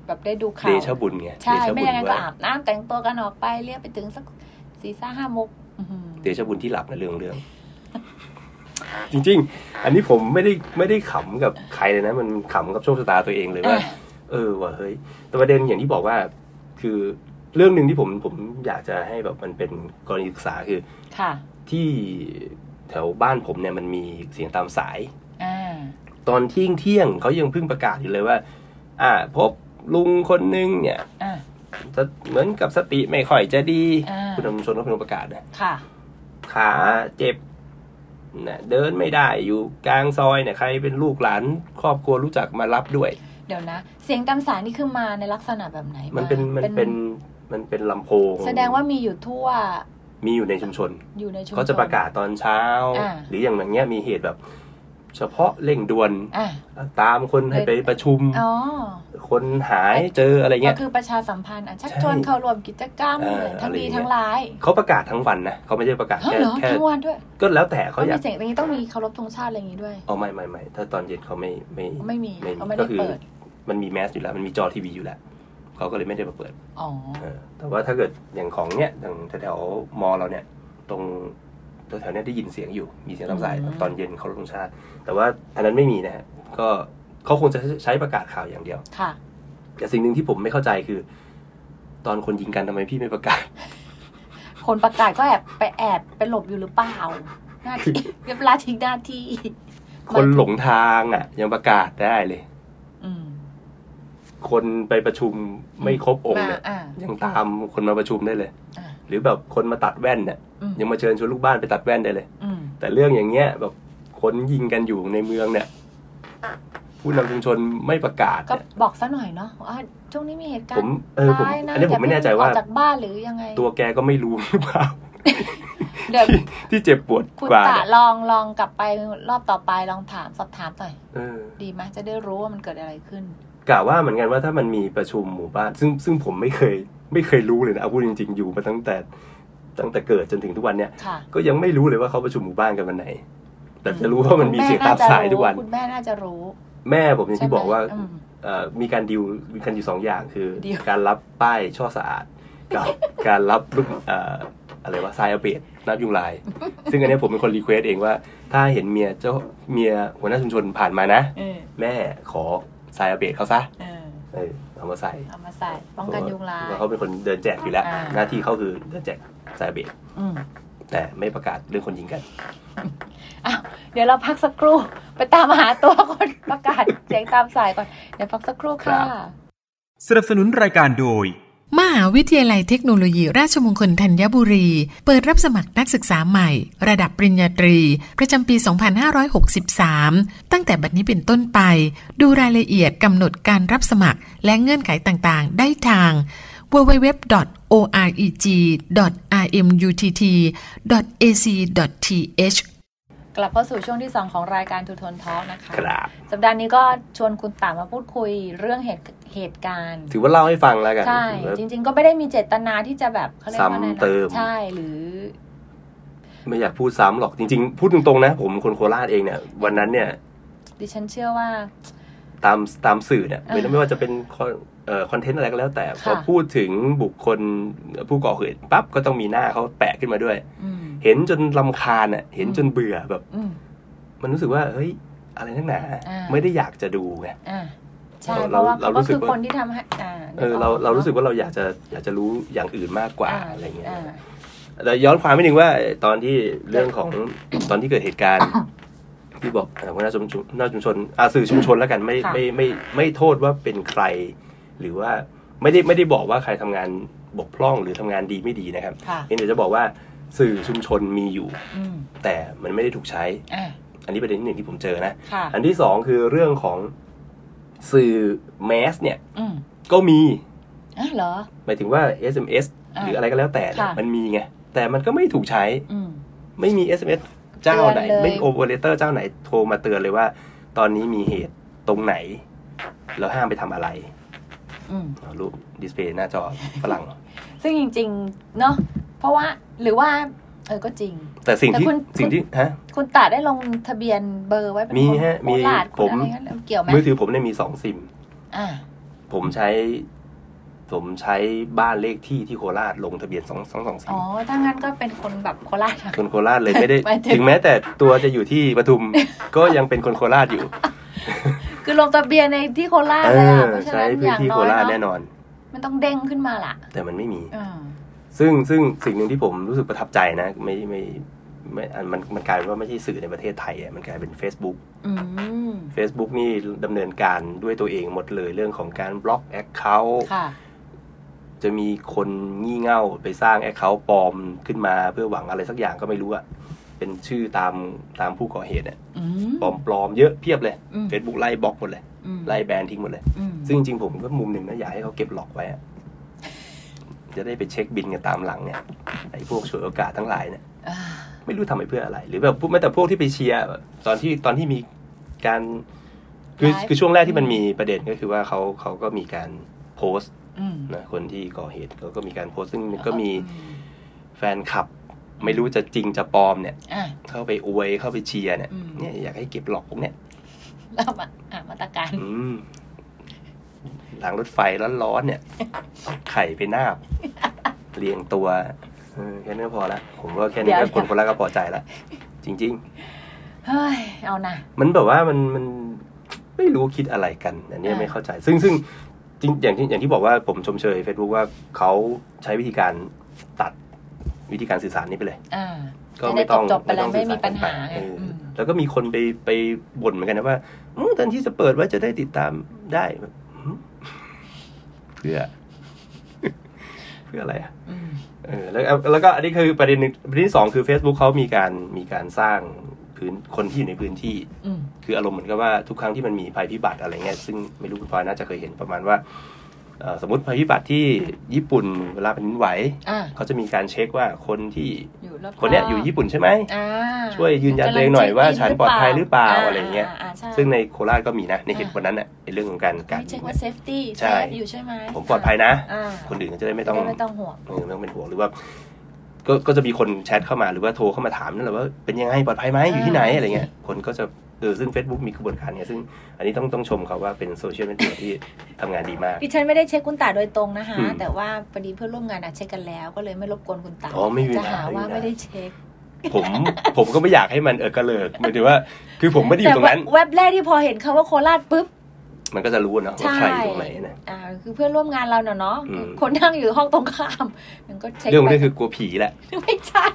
Speaker 2: แบบได้ดูข่า
Speaker 3: เด
Speaker 2: ว
Speaker 3: ชะบุญไง
Speaker 2: ใช่
Speaker 3: เดชะ
Speaker 2: ไม่
Speaker 3: บุญ
Speaker 2: อย่างนั้นก็
Speaker 3: ว่า
Speaker 2: อาบน้ำแต่งตัวกันออกไปเรียกไปถึงสักสี่สห้าโมงอื้อหือ
Speaker 3: เดชะบุญที่หลับในะเรื่องเรื่อง จริง ๆ อันนี้ผมไม่ได้ไม่ได้ขำกับใครเลยนะ มันขำกับโชคชะตาตัวเองเลยว่า
Speaker 2: อ่ะ
Speaker 3: เออว่ะเฮ้ย แต่ประเด็นอย่างที่บอกว่า คือเรื่องหนึ่งที่ผมผมอยากจะให้แบบมันเป็นกรณีศึกษาคือ
Speaker 2: ค่ะ
Speaker 3: ที่แถวบ้านผมเนี่ยมันมีเสียงตามสาย
Speaker 2: อ่า
Speaker 3: ตอนเที่ยงเที่ยงเขายังเพิ่งประกาศอยู่เลยว่า อ่า พบลุงคนหนึงเนี่ย
Speaker 2: อ่า
Speaker 3: จะเหมือนกับสติไม่ค่อยจะดี
Speaker 2: อ่า
Speaker 3: คุณธรรมชนก็เป็นคนประกาศนะ
Speaker 2: ค่ะ
Speaker 3: ขาเจ็บนะเดินไม่ได้อยู่กลางซอยเนี่ยใครเป็นลูกหลานครอบครัวรู้จักมารับด้วย
Speaker 2: เดี๋ยวนะ เสียงตามสายนี่คือมาในลักษณะแบบไหน
Speaker 3: มันเป็นมันเป็นมันเป็นลำโพง
Speaker 2: แสดงว่ามีอยู่ทั่ว
Speaker 3: มีอยู่ในชุมชน
Speaker 2: อยู่ในชุมชน
Speaker 3: เขาจะประกาศตอนเช้า
Speaker 2: อ่า
Speaker 3: หรืออย่างอย่างเงี้ยมีเหตุแบบ เฉพาะเร่งด่วน
Speaker 2: อ่ะ
Speaker 3: ตามคนให้ไปประชุม
Speaker 2: อ๋อ
Speaker 3: คนหายเจออะไร
Speaker 2: ก็
Speaker 3: เงี้ย
Speaker 2: คือประชาสัมพันธ์อ่ะชัก
Speaker 3: ใช่
Speaker 2: ชวนเข้าร่วมกิจกรรม
Speaker 3: เออ
Speaker 2: เลยทั้ง
Speaker 3: อะไรอ
Speaker 2: ดี
Speaker 3: ย่างเงี้ย
Speaker 2: ทั้งร้าย
Speaker 3: เขาประกาศทั้งวันนะเขาไม่ได้ประกาศ
Speaker 2: เฮ้ย
Speaker 3: แค่
Speaker 2: เหรอ
Speaker 3: แค่
Speaker 2: ทั้งวันด้วย
Speaker 3: ก็แล้วแต่เขา
Speaker 2: ต้อง
Speaker 3: อ
Speaker 2: มี
Speaker 3: ยาก
Speaker 2: เสียงอย่างนี้ต้องมีเคารพธงชาติอะไรอย่างนี้ด้วย
Speaker 3: อ๋อไม่ไม่ไม่ถ้าตอนเย็นเขาไม่ไม่
Speaker 2: ไม่มี
Speaker 3: ไม่มี
Speaker 2: เขาไม่
Speaker 3: ก็
Speaker 2: ได้
Speaker 3: คือ
Speaker 2: เปิด
Speaker 3: มันมีแมสอยู่แล้ว มันมีจอทีวีอยู่แล้วเขาก็เลยไม่ได้มาเปิด
Speaker 2: อ๋อ
Speaker 3: เออแต่ว่าถ้าเกิดอย่างของเนี้ยอย่างแถวๆมอเราเนี่ย ตรงแถวๆเนี้ยได้ยินเสียงอยู่มีเสียงตามสาย
Speaker 2: อืม
Speaker 3: ตอนเย็นเขาลงชาติ แต่ว่าอันนั้นไม่มีนะฮะก็เขาคงจะใช้ประกาศข่าวอย่างเดียว
Speaker 2: ค่ะ
Speaker 3: แต่สิ่งหนึ่งที่ผมไม่เข้าใจคือ ตอนคนยิงกันทำไมพี่ไม่ประก าศ
Speaker 2: คนประกาศก็แอบไปแอบไปหลบอยู่หรือเปล่า หน้าที่ เรียบร้อยทิ้งหน้าที่
Speaker 3: คนหลงทางอ่ะ ยังประกาศได้เลย
Speaker 2: อืม
Speaker 3: คนไปประชุมไม่ครบองค์เนี่ย
Speaker 2: มาอ่า
Speaker 3: ยังตามคนมาประชุมได้เลย
Speaker 2: อ่า
Speaker 3: หรือแบบคนมาตัดแว่นเนี่ย
Speaker 2: อืม
Speaker 3: ยังมาเชิญชวนลูกบ้านไปตัดแว่นได้เลย
Speaker 2: อืม
Speaker 3: แต่เรื่องอย่างเงี้ยแบบคนยิงกันอยู่ในเมืองเนี่ย ผู้นำชุมชนไม่ประกาศ
Speaker 2: ก็
Speaker 3: เนี่ย
Speaker 2: บอกซะหน่อยเนาะว่าช่วงนี้มีเหตุการ
Speaker 3: ผม
Speaker 2: ณ์
Speaker 3: เออผม
Speaker 2: ร้ายนะ
Speaker 3: อันนี้ผมไม่แน่ใจ
Speaker 2: อย่
Speaker 3: ว่า
Speaker 2: เพิ่งออกจากบ้านหรือยังไง
Speaker 3: ตัวแกก็ไม่รู้หรือเปล่า
Speaker 2: เดี๋ยว
Speaker 3: ที่เจ็บปวด
Speaker 2: คุณ
Speaker 3: ก
Speaker 2: ตา
Speaker 3: ว่าเนี่ย
Speaker 2: ลองลองกลับไปรอบต่อไปลองถามสอบถามหน่อย
Speaker 3: เออ
Speaker 2: ดีไหมจะได้รู้ว่ามันเกิดอะไรขึ้น
Speaker 3: กะว่าเหมือนกันว่าถ้ามันมีประชุมหมู่บ้าน ซึ่งซึ่งผมไม่เคย ไม่เคยรู้เลยนะเอาพูดจริง ๆ อยู่มาตั้งแต่ตั้งแต่เกิดจนถึงทุกวันเนี่ย
Speaker 2: ค่ะ
Speaker 3: ก็ยังไม่รู้เลยว่าเขาประชุมหมู่บ้านกันวันไหน แต่จะรู้ว่ามันมี
Speaker 2: คุณแ
Speaker 3: เสียงตามสายทุกวัน
Speaker 2: คุณแม่น่าจะรู้
Speaker 3: แม่ผมอย่างที่บอกว่า
Speaker 2: ใช่ไหมม
Speaker 3: เอ่อมีการดิวมีการอยู่สองอย่างคือ
Speaker 2: ดีล
Speaker 3: การรับป้ายช่อสะอาด กับการรับลูกเอ่ออะไรวะทรายอาเปียดนับยุงลาย ซึ่งอันเนี้ยผมเป็นคนรีเควสเองว่า ถ้าเห็นเมียเจ้าเมียหัวหน้าชุมชนผ่านมานะ
Speaker 2: เออ
Speaker 3: แม่ขอทรายอาเปียดเขาซะ
Speaker 2: เออ
Speaker 3: เออเอามาใส่
Speaker 2: เอามาใส่ป้องกันยุงลาย
Speaker 3: เพราะเขาเป็นคนเดินแจกอยู่แล้ว
Speaker 2: อ่า
Speaker 3: หน้าที่เขาคือเดินแจกสายเบรก
Speaker 2: อืม
Speaker 3: แต่ไม่ประกาศเรื่องคนยิงกัน
Speaker 2: อ้าวเดี๋ยวเราพักสักครู่ ไปตามหาตัวคนประกาศเสียงตามสายก่อน เดี๋ยวพักสักครู่ค่ะ
Speaker 3: ครับ
Speaker 4: สนับสนุนรายการโดย
Speaker 1: มหาวิทยาลัยเทคโนโลยีราชมงคลธัญบุรี เปิดรับสมัครนักศึกษาใหม่ ระดับปริญญาตรี ประจำปี 2563 ตั้งแต่บัดนี้เป็นต้นไป ดูรายละเอียดกำหนดการรับสมัครและเงื่อนไขต่างๆ ได้ทาง www.oreg.rmutt.ac.th
Speaker 2: กลับเข้าสู่ช่วงที่ 2 ของรายการทูทนท้องนะคะ
Speaker 3: ครับ
Speaker 2: สัปดาห์นี้ก็ชวนคุณต่างมาพูดคุยเรื่องเหตุเหตุการณ์
Speaker 3: ถือว่าเล่าให้ฟังแล้วกัน
Speaker 2: ใช่
Speaker 3: ถือว่า
Speaker 2: จริง ๆ ก็ไม่ได้มีเจตนาที่จะแบบเขาเรียกว่าอะไร
Speaker 3: ซ้ำเติม
Speaker 2: นะใช่หรือ
Speaker 3: ไม่อยากพูดซ้ำหรอกจริง ๆ พูดตรงๆนะ ผมคนโคราชเองเนี่ย วันนั้นเนี่ย
Speaker 2: ดิฉันเชื่อว่า
Speaker 3: ตามตามสื่อเนี่ย
Speaker 2: อ่า
Speaker 3: ไม่ไม่ว่าจะเป็นคอนเอ่อคอนเทนต์อะไรก็แล้ว แต่พอ
Speaker 2: ค่ะ
Speaker 3: พูดถึงบุคคลผู้ก่อเหตุปั๊บก็ต้องมีหน้าเขาแปะขึ้นมาด้วย
Speaker 2: อืม
Speaker 3: เห็นจนลำคาญอ่ะเห็น
Speaker 2: อืม
Speaker 3: จนเบื่อแบบ
Speaker 2: อืม
Speaker 3: มันรู้สึกว่าเฮ้ยอะไรนักหนา
Speaker 2: อ่า
Speaker 3: ไม่ได้อยากจะดูไง
Speaker 2: อ่าใช่เพ
Speaker 3: เรา
Speaker 2: ราะว่า
Speaker 3: เรา
Speaker 2: เขา
Speaker 3: รู้
Speaker 2: ก็
Speaker 3: สึก
Speaker 2: คือ
Speaker 3: ว่า
Speaker 2: คนที่ทำให้อ่า
Speaker 3: เออเราเรารู้สึกว่าเราอยากจะอยากจะรู้อย่างอื่นมากกว่าอะไรเงี้ย
Speaker 2: า
Speaker 3: แต่ย้อนความไปหนึ่งว่าตอนที่เรื่อง ของ ตอนที่เกิดเหตุการณ์ ที่บอกเอ่อหัวหน้าชุมชนหัวหน้าชุมชนอาสื่อชุมชนแล้วกันไม่ไม่ไม่ไม่ไม่โทษว่าเป็นใคร หรือว่าไม่ได้ไม่ได้บอกว่าใครทำงานบกพร่องหรือทำงานดีไม่ดีนะครับ
Speaker 2: ค่ะ
Speaker 3: เพียงแต่จะบอกว่าสื่อชุมชนมีอยู่
Speaker 2: อืม
Speaker 3: แต่มันไม่ได้ถูกใช้
Speaker 2: อ่า
Speaker 3: อันนี้ประเด็นที่หนึ่งที่ผมเจอนะ
Speaker 2: ค่ะ
Speaker 3: อันที่สองคือเรื่องของสื่อแมสเนี่ย
Speaker 2: อืม
Speaker 3: ก็มี
Speaker 2: อ่ะเหรอ
Speaker 3: หมายถึงว่า SMS
Speaker 2: อ่า
Speaker 3: หรืออะไรก็แล้วแต่เนี่ย
Speaker 2: ค่ะ
Speaker 3: มันมีไง แต่มันก็ไม่ถูกใช้
Speaker 2: อืม
Speaker 3: ไม่มี SMS เจ้าไหน
Speaker 2: เตือนเลย
Speaker 3: ไม่โอเปอเรเตอร์เจ้าไหนโทรมาเตือนเลยว่า ตอนนี้มีเหตุตรงไหน เราห้ามไปทำอะไร
Speaker 2: อืม
Speaker 3: เอารูปดิสเพย์หน้าจอฝรั่ง
Speaker 2: ซึ่งจริงๆ เนาะ เพราะว่าหรือว่า เออ ก็จริง
Speaker 3: แต่สิ่งที่
Speaker 2: แต่คุณ
Speaker 3: สิ่งที่ฮะ
Speaker 2: คุณตาได้ลงทะเบียนเบอร์ไว้เป็น
Speaker 3: มี
Speaker 2: คน
Speaker 3: ฮะ
Speaker 2: โคราชคนอะไร
Speaker 3: มีผม
Speaker 2: งั้นเกี่ยวไหม
Speaker 3: มือถือผมเนี่ยมีสองซิม
Speaker 2: อ่า
Speaker 3: ผมใช้ ผมใช้บ้านเลขที่ที่โคราชลงทะเบียนสองสองสองซิ
Speaker 2: อ๋
Speaker 3: ม
Speaker 2: อ ถ้างั้นก็เป็นคนแบบโค ราชอะ
Speaker 3: คนโคราช เลยไม่ได้
Speaker 2: หมายถึง
Speaker 3: ถึงแม้แต่ตัวจะอยู่ที่ปทุม ก็ยังเป็นคนโคราชอยู่
Speaker 2: คือลงทะเบียนในที่โคราช
Speaker 3: เอ
Speaker 2: เลย
Speaker 3: อ
Speaker 2: อะเพราะฉะ
Speaker 3: ใช้
Speaker 2: นั้นอ
Speaker 3: พื้
Speaker 2: น ย่าง
Speaker 3: ที่
Speaker 2: น้
Speaker 3: โค
Speaker 2: อย
Speaker 3: ราช
Speaker 2: เน
Speaker 3: แน่
Speaker 2: อะ
Speaker 3: นอน
Speaker 2: มันต้องเด้งขึ้นมาล่ะ
Speaker 3: แต่มันไม่มี
Speaker 2: อ่า
Speaker 3: ซึ่งซึ่งสิ่งหนึ่งที่ผมรู้สึกประทับใจนะไม่ไม่ไม่อันมันมันกลายเป็นว่าไม่ใช่สื่อในประเทศไทยอะมันกลายเป็น Facebook
Speaker 2: อืม
Speaker 3: Facebook นี่ดำเนินการด้วยตัวเองหมดเลยเรื่องของการบล็อก Account
Speaker 2: ค่ะ
Speaker 3: จะมีคนงี่เง่าไปสร้าง Account ปลอมขึ้นมาเพื่อหวังอะไรสักอย่างก็ไม่รู้อะเป็นชื่อตามตามผู้ก่อเหตุเนี่ย
Speaker 2: อืม
Speaker 3: ปลอมปลอมเยอะเพียบเลย
Speaker 2: อืม
Speaker 3: Facebook ไล่บล็อกหมดเลย
Speaker 2: อืม
Speaker 3: ไล่แบนทิ้งหมดเลย
Speaker 2: อืม
Speaker 3: ซึ่งจริงๆผมก็มุมหนึ่งนะอยากให้เขาเก็บหลอกไว้อะจะได้ไปเช็คบินกันตามหลังเนี่ยไอ้พวกฉวยโอกาสทั้งหลายเนี่ย
Speaker 2: อ่า
Speaker 3: ไม่รู้ทำไปเพื่ออะไร หรือแบบพวกแม้แต่พวกที่ไปเชียร์แบบตอนที่ตอนที่มีการคือคือช่วงแรกที่มันมีประเด็นก็คือว่าเขาเขาก็มีการโพสต์
Speaker 2: อืม
Speaker 3: นะคนที่ก่อเหตุเขาก็มีการโพสต์ซึ่งก็มี
Speaker 2: อืม
Speaker 3: แฟนคลับ ไม่รู้จะจริงจะปลอมเนี่ย
Speaker 2: อ่า
Speaker 3: เข้าไปอวยเข้าไปเชียร์เนี่ย
Speaker 2: อืม
Speaker 3: เนี่ยอยากให้เก็บหลอกพวกเนี่ย
Speaker 2: แล้วมาอ่ามาตรการ
Speaker 3: อืมหลังรถไฟร้อนๆ เนี่ย ไข่ไปนาบ เรียงตัวเออแค่นี้ก็พอละผมว่าแค่นี้ก็คนคนละก็พอใจละจริง ๆ
Speaker 2: เฮ้ย เอานะ
Speaker 3: มันแบบว่ามันมันไม่รู้คิดอะไรกัน อันเนี้ย
Speaker 2: อ่า
Speaker 3: ไม่เข้าใจ ซึ่งซึ่งจริงอย่างที่อย่างที่บอกว่าผมชมเชย Facebook ว่าเขาใช้วิธีการตัดวิธีการสื่อสารนี้ไปเลย
Speaker 2: อ่า
Speaker 3: ก็ไม่ต้อง
Speaker 2: จะได้จบๆไปเลย
Speaker 3: สื่อสร
Speaker 2: ไม่มีปัญหา
Speaker 3: กันไปเอออ
Speaker 2: ม
Speaker 3: แล้วก็มีคนไปไปบ่นเหมือนกันนะว่าอืมตอนที่จะเปิดไว่าจะได้ติดตามได้ แบบหืมเพื่อ เพื่ออะไรอะ
Speaker 2: อืม
Speaker 3: เออแล้วแล้วก็อันนี้คือประเด็นหนึ่งประเด็นที่สองคือ Facebook เขามีการมีการสร้างพื้นคนที่อยู่ในพื้นที่
Speaker 2: อืม
Speaker 3: คืออารมณ์เหมือนกับว่าทุกครั้งที่มันมีภัยพิบัติอะไรเงี้ยซึ่งไม่รู้คุณพลอยน่าจะเคยเห็นประมาณว่า เอ่อสมมติภัยพิบัติที่ญี่ปุ่นเวลาแผ่นดินไหว
Speaker 2: อ่ะ
Speaker 3: เขาจะมีการเช็คว่าคนที่
Speaker 2: อยู่รอบๆ
Speaker 3: คนเนี้ยอยู่ญี่ปุ่นใช่ไหม
Speaker 2: อ่า
Speaker 3: ช่วยยืนยันตัวเองหน่อยว่าฉันปลอดภัยหรือเปล่าอะไรเงี้ย
Speaker 2: าาาใช่
Speaker 3: ซึ่งในโคราชก็มีนะในเหตุวันนั้นน่ะในเรื่องของการกั
Speaker 2: ให้
Speaker 3: น
Speaker 2: เช็คว่าเซฟตี้เซ
Speaker 3: ใช่
Speaker 2: ฟอยู่ใช่ไหม
Speaker 3: ผมปลอดภัยนะ
Speaker 2: อ่า
Speaker 3: คนอื่นก็จะได้ไม่ต้อง
Speaker 2: ไม่ต้องห่วง
Speaker 3: เออไม่ต้องเป็นห่วงหรือว่า ก็ก็จะมีคนแชทเข้ามาหรือว่าโทรเข้ามาถามนั่นแหละว่าเป็นยังไงปลอดภัยไหมอยู่ที่ไหนอะไรเงี้ยคนก็จะเออซึ่ง Facebook มีกระบวนการเนี้ยซึ่งอันนี้ต้องต้องชมเขาว่าเป็นโซเชียลมีเดียที่ทำงานดีมาก
Speaker 2: ดิฉันไม่ได้เช็คคุณตาโดยตรงนะคะ
Speaker 3: อืม
Speaker 2: แต่ว่าพอดีเพื่อนร่วมงานอะเช็คกันแล้ว ก็เลยไม่รบกวนคุณตา
Speaker 3: อ๋อไม่มีปั
Speaker 2: จะ
Speaker 3: ญหา
Speaker 2: หาว่า
Speaker 3: ไม่มีปัญหา
Speaker 2: ไม่ได้เช็ค
Speaker 3: ผมผมก็ไม่อยากให้มันเออกระเลิกหมายถึงว่า คือผมไม่ได้อยู่ตรงนั้น
Speaker 2: แเว็บแรกที่พอเห็นคำว่าโคราชปุ๊บ
Speaker 3: มันก็จะรู้เนอะว่า
Speaker 2: ใช่
Speaker 3: ใครอยู่ตรงไหนนะ
Speaker 2: อ่าคือเพื่อนร่วมงานเราเนอะเนาะ
Speaker 3: อืม
Speaker 2: คนนั่งอยู่ห้องตรงข้ามมันก็เช็ค
Speaker 3: เรื่องของ
Speaker 2: ไป
Speaker 3: เรื่องคือกลัวผีแหละ
Speaker 2: ไม่ใช่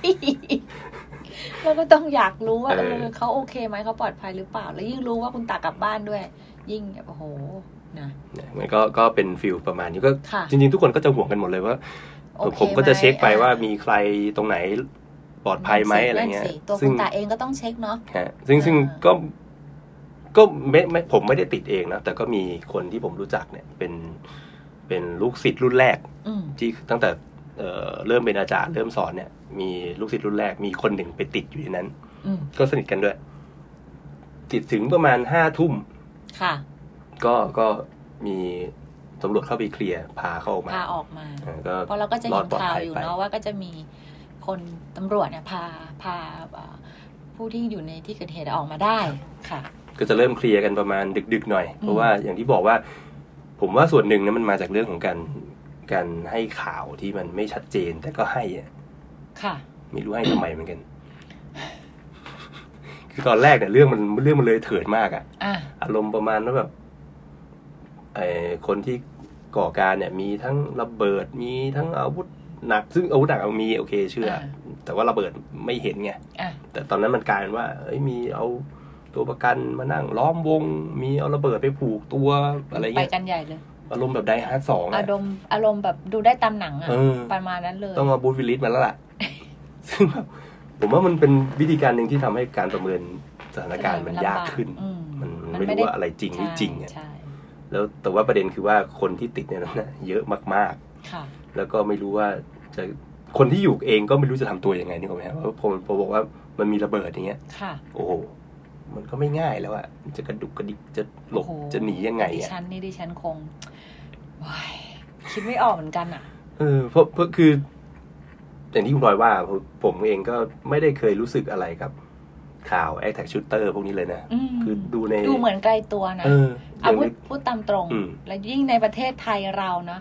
Speaker 2: เราก็ต้องอยากรู้ว่า
Speaker 3: เอ
Speaker 2: เอ
Speaker 3: อ
Speaker 2: อเขาโอเคไหมเขาปลอดภัยหรือเปล่า แล้วยิ่งรู้ว่าคุณตากลับบ้านด้วย ยิ่งแบบโอ้โหนะ
Speaker 3: นะมันก็ก็เป็นฟิลประมาณนี้ก็
Speaker 2: ค่ะ
Speaker 3: จริงๆ ทุกคนก็จะห่วงกันหมดเลยว่า
Speaker 2: โอค
Speaker 3: ผมก็จะ
Speaker 2: ไห
Speaker 3: เช็คไป
Speaker 2: อ่
Speaker 3: ว่ามีใครตรงไหนปลอดภัยไหมอะไรเงี้ย
Speaker 2: นั่นสิตัว
Speaker 3: ซึ่
Speaker 2: คุ
Speaker 3: ง
Speaker 2: ณตาเองก็ต้องเช็คเนาะ
Speaker 3: ฮะซึ่งซึ่ง
Speaker 2: อ่า
Speaker 3: ก็ก็ไม่ไม่ผมไม่ได้ติดเองนะ แต่ก็มีคนที่ผมรู้จักเนี่ย เป็นเป็นลูกศิษย์รุ่นแรก
Speaker 2: อืม
Speaker 3: ที่ตั้งแต่เอ่อเริ่มเป็นอาจารย์เริ่มสอนเนี่ย มีลูกศิษย์รุ่นแรกมีคนหนึ่งไปติดอยู่ในนั้น
Speaker 2: อืม
Speaker 3: ก็สนิทกันด้วย ติดถึงประมาณห้าทุ่ม
Speaker 2: ค่ะ
Speaker 3: ก็ก็มีตำรวจเข้าไปเคลียร์พาเขาออกมา
Speaker 2: พาออกมา
Speaker 3: เออก็
Speaker 2: เพราะเราก็จะ
Speaker 3: ร
Speaker 2: เห็
Speaker 3: อด
Speaker 2: น
Speaker 3: ปลอด
Speaker 2: ข่าว
Speaker 3: ภัย
Speaker 2: อยู่
Speaker 3: ไป
Speaker 2: เนาะว่าก็จะมีคนตำรวจเนี่ยพาพาเอ่อผู้ที่อยู่ในที่เกิดเหตุออกมาได้ค่ะ
Speaker 3: ก็จะเริ่มเคลียร์กันประมาณดึก ๆ หน่อย เพราะ
Speaker 2: อืม
Speaker 3: ว่าอย่างที่บอกว่า ผมว่าส่วนหนึ่งนะมันมาจากเรื่องของการการให้ข่าวที่มันไม่ชัดเจน แต่ก็ให้อะ
Speaker 2: ค่ะ
Speaker 3: ไม่รู้ให้ทำไมเหมือน กัน คือตอนแรกเนี่ยเรื่องมันเรื่องมันเลยเถิดมากอะ
Speaker 2: อ่ะ
Speaker 3: อารมณ์ประมาณว่าแบบไอ้คนที่ก่อการเนี่ย มีทั้งระเบิดมีทั้งอาวุธหนัก ซึ่งอาวุธหนักเอามีโอเคเชื่ออา แต่ว่าระเบิดไม่เห็นไง
Speaker 2: อ่ะ
Speaker 3: แต่ตอนนั้นมันกลายเป็นว่าเอ้ยมีเอาตัวประกันมานั่งล้อมวง มีเอาระเบิดไปผูกตัวอะไร
Speaker 2: ไป
Speaker 3: เงี้ย
Speaker 2: กันใหญ่เลย
Speaker 3: อารมณ์แบบไดฮาร์ดสอง
Speaker 2: อา
Speaker 3: อะ
Speaker 2: รมณ์อารมณ์แบบดูได้ตามหนังอะ
Speaker 3: เออ
Speaker 2: ประมาณนั้นเลย
Speaker 3: ต้องเอาบูธวิลลิสมาแล้วล่ะ ซึ่งแบบผมว่ามันเป็นวิธีการหนึ่งที่ทำให้การประเมินสถานการณ์มันยากขึ้น
Speaker 2: อืม
Speaker 3: มันมันไม่รู้ว่าอะไรจริงไม่จริงอะ
Speaker 2: ใช่
Speaker 3: แล้วแต่ว่าประเด็นคือว่าคนที่ติดเนี่ยนะ เยอะมาก
Speaker 2: ค่ะ
Speaker 3: ๆ แล้วก็ไม่รู้ว่าจะคนที่อยู่เองก็ไม่รู้จะทำตัวยังไงนี่ผมฮะเพราะผมผมบอกว่ามันมีระเบิดอย่างเงี้ย
Speaker 2: ค่ะ
Speaker 3: โอ้โห มันก็ไม่ง่ายแล้วอะจะกระดุกกระดิก จะหลบ
Speaker 2: โอ้โ
Speaker 3: จะหนียังไง
Speaker 2: ดิ
Speaker 3: อะ
Speaker 2: ฉันนี่ดิฉันคงว้ายคิดไม่ออกเหมือนกันอะ
Speaker 3: เออเพราะเพราะคือ อย่างที่คุณพลอยว่าผมผมเองก็ไม่ได้เคยรู้สึกอะไรกับ ข่าวแอคแท็กชูเตอร์พวกนี้เลยนะ
Speaker 2: อืม
Speaker 3: คือดูใน
Speaker 2: ดูเหมือนไกลตัวนะ
Speaker 3: เอออ
Speaker 2: อา
Speaker 3: ย่าง
Speaker 2: วุ
Speaker 3: ใน
Speaker 2: ธพูดตามตรง
Speaker 3: อืม
Speaker 2: และยิ่งในประเทศไทยเรานะ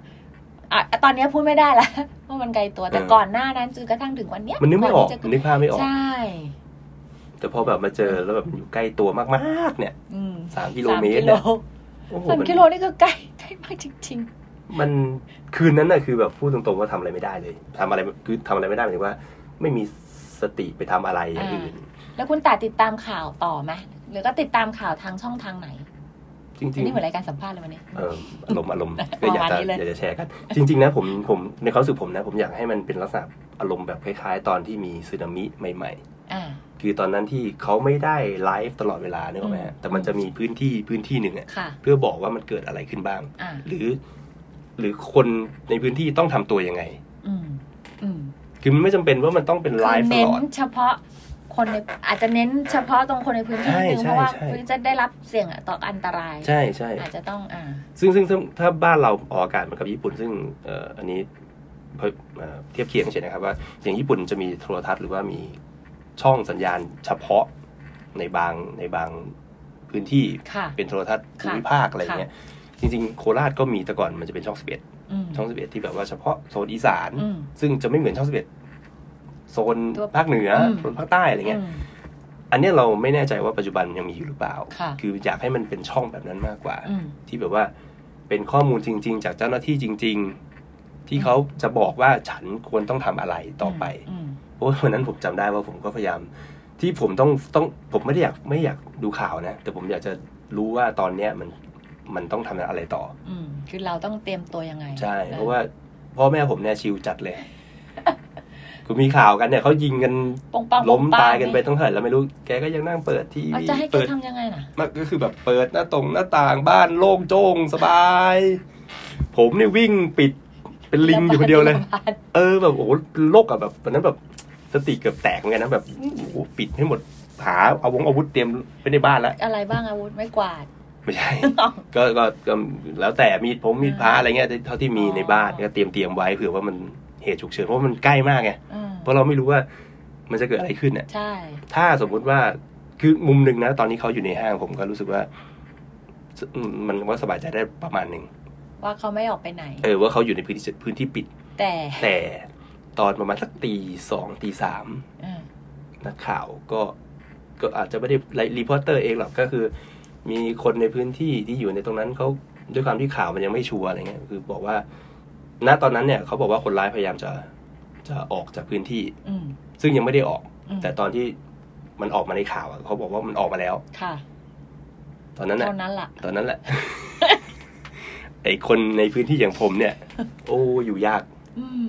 Speaker 2: อ่ะตอนนี้พูดไม่ได้ละ ว่ามันไกลตัวแต่
Speaker 3: เออ
Speaker 2: ก่อนหน้านั้นจนกระทั่งถึงวันเนี้ย
Speaker 3: มันนึกไม่ออก
Speaker 2: ที่จะ
Speaker 3: นึกภาพไม่ออก
Speaker 2: ใช่
Speaker 3: แต่พอแบบมาเจอแล้วแบบมันอยู่ใกล้ตัวมากๆ เนี่ย
Speaker 2: อืม
Speaker 3: สามกิโล
Speaker 2: สาม
Speaker 3: เมต
Speaker 2: กิ
Speaker 3: ร
Speaker 2: โล
Speaker 3: เนี่ยโอ้โห
Speaker 2: สาม
Speaker 3: มัน
Speaker 2: กิโลนี่คือใกล้ ใกล้มากจริง ๆ
Speaker 3: มันคืนนั้นน่ะคือแบบพูดตรงๆว่าทำอะไรไม่ได้เลยทำอะไรคือทำอะไรไม่ได้หมายถึงว่า ไม่มีสติไปทำอะไรอย่างอื่น
Speaker 2: แล้วคุณตาติดตามข่าวต่อไหมหรือก็ติดตามข่าวทางช่องทางไหน
Speaker 3: จริ
Speaker 2: อัน
Speaker 3: ง ๆ
Speaker 2: นี้เหมือนรายการสัมภาษณ์เลยวันนี้
Speaker 3: เอออารมณ์อารมณ์
Speaker 2: ป
Speaker 3: ก็
Speaker 2: ระ
Speaker 3: อยาก
Speaker 2: มาณ
Speaker 3: จะ
Speaker 2: นี้เลย
Speaker 3: อยากจะแชร์กัน จริง ๆ นะผมผมในความรู้สึกผมนะ ผมอยากให้มันเป็นลักษณะอารมณ์แบบคล้าย ๆ ตอนที่มีสึนามิใหม่
Speaker 2: อ่า
Speaker 3: ๆ คือตอนนั้นที่เขาไม่ได้ไลฟ์ตลอดเวลาเนี่ยไหมฮะ
Speaker 2: อืม
Speaker 3: แต่มันจะมีพื้นที่พื้นที่หนึ่งอะ
Speaker 2: ค่ะ
Speaker 3: เพื่อบอกว่ามันเกิดอะไรขึ้นบ้าง
Speaker 2: อ่า
Speaker 3: หรือ หรือคนในพื้นที่ต้องทำตัวยังไง
Speaker 2: อืม อืม
Speaker 3: คือมันไม่จำเป็นว่ามันต้องเป็นไล
Speaker 2: คือ
Speaker 3: ฟ์ต
Speaker 2: เน้
Speaker 3: ล
Speaker 2: น
Speaker 3: อด
Speaker 2: เฉพาะคนในอาจจะเน้นเฉพาะตรงคนในพื้นที่
Speaker 3: ใช่
Speaker 2: นิดนึงเพ
Speaker 3: ใช่
Speaker 2: ราะว่า
Speaker 3: ใช่
Speaker 2: เพื่อจะได้รับเสี่ยงต่ออันตราย
Speaker 3: ใช่ใช่
Speaker 2: อาจจะต้องอ่า
Speaker 3: ซึ่งซึ่งซึ่งถ้าบ้านเราออกอากาศเหมือนกับญี่ปุ่น ซึ่งเอ่ออันนี้เพิ่มเอ่อเทียบเคียงเฉยนะครับว่าอย่างญี่ปุ่นจะมีโทรทัศน์หรือว่ามีช่องสัญญาณเฉพาะในบางในบางพื้นที่
Speaker 2: ค่ะ
Speaker 3: เป็นโทรทัศน์ภูมิภาคอะไรอย่างเงี้ยจริงๆ โคราชก็มีแต่ก่อนมันจะเป็นช่องสิบเอ็ด
Speaker 2: อืม
Speaker 3: ช่องสิบเอ็ดที่แบบว่าเฉพาะโซนอีสาน
Speaker 2: อืม
Speaker 3: ซึ่งจะไม่เหมือนช่องสิบเอ็ดโซน
Speaker 2: ตัว
Speaker 3: ภาคเหนือ
Speaker 2: ม
Speaker 3: โซนภาคใต้อะไรเงี้ย
Speaker 2: อืม
Speaker 3: อันเนี้ยเราไม่แน่ใจว่าปัจจุบันยังมีอยู่หรือเปล่า
Speaker 2: ค่ะ
Speaker 3: ออยากให้มันเป็นช่องแบบนั้นมากกว่า
Speaker 2: อืม
Speaker 3: ที่แบบว่าเป็นข้อมูลจริง ๆ จากเจ้าหน้าที่จริง ๆ ที่เขาจะบอกว่าฉันควรต้องทำอะไรต่อไป
Speaker 2: ม
Speaker 3: เพราะว่าวันนั้นผมจำได้ว่าผมก็พยายาม ที่ผมต้องต้องผมไม่ได้อยากไม่อยากดูข่าวนะ แต่ผมอยากจะรู้ว่าตอนเนี้ยมันมันต้องทำอะไรต่อ
Speaker 2: อืม คือเราต้องเตรียมตัวยังไง
Speaker 3: ใช่ เพราะว่าพ่อแม่ผมเนี่ยชิวจัดเลย คือมีข่าวกันเนี่ยเขายิงกัน
Speaker 2: ปงปัง
Speaker 3: ล้ม
Speaker 2: ปงปัง
Speaker 3: ตายกันไปทั้งเท่าไหร่แล้วไม่รู้แกก็ยังนั่งเปิดที
Speaker 2: เอา
Speaker 3: วี
Speaker 2: จะให้แก
Speaker 3: เปิด
Speaker 2: ทำยังไงน่ะ
Speaker 3: มันก็คือแบบเปิดหน้าตรงหน้าต่างบ้านโล่งโจ้งสบาย ผ ผมเนี่ยวิ่งปิดเป็นลิงอยู่คนเดียว เลย เออแบบโอ้โหโลกอะแบบตอนนั้นแบบสติเกือบแตกเหมือนกันนะแบบโอ้โหปิดให้หมดหาเอาวงอาวุธเตรียมไปในบ้านละ
Speaker 2: อะไรบ้างอาวุธไม่กวาด
Speaker 3: ไม่ใช่ ก็ก็ก็แล้วแต่มีดผมมีดพระอะไรเงี้ยเท่าที่มีในบ้านก็เตรียมเตรียมไว้เผื่อว่ามันเหตุฉุกเฉินเพราะว่ามันใกล้มากไง
Speaker 2: อืม
Speaker 3: เพราะเราไม่รู้ว่ามันจะเกิดอะไรขึ้นเนี่ย
Speaker 2: ใช่
Speaker 3: ถ้าสมมุติว่าคือมุมหนึ่งนะ ตอนนี้เขาอยู่ในห้างผมก็รู้สึกว่าสอืมมันก็สบายใจได้ประมาณหนึ่ง
Speaker 2: ว่าเขาไม่ออกไปไหน
Speaker 3: เออว่าเขาอยู่ในพื้นที่พื้นที่ปิด
Speaker 2: แต่
Speaker 3: แต่ตอนประมาณสักตีสองตีสาม
Speaker 2: อืม
Speaker 3: นักข่าวก็ก็อาจจะไม่ได้รีพอร์เตอร์เองหรอกก็คือ มีคนในพื้นที่ที่อยู่ในตรงนั้นเขาด้วยความที่ข่าวมันยังไม่ชัวร์อะไรเงี้ยคือบอกว่า ณตอนนั้นเนี่ยเขาบอกว่าคนร้ายพยายามจะจะออกจากพื้นที่
Speaker 2: อืม
Speaker 3: ซึ่งยังไม่ได้ออก
Speaker 2: อืม
Speaker 3: แต่ตอนที่มันออกมาในข่าวอะเขาบอกว่ามันออกมาแล้ว
Speaker 2: ค่ะ
Speaker 3: ตอนนั้นน่ะ
Speaker 2: เท่านั้นล่ะ
Speaker 3: ตอนนั้นแหละ ไอคนในพื้นที่อย่างผม เนี่ย โอ้อยู่ยาก
Speaker 2: อืม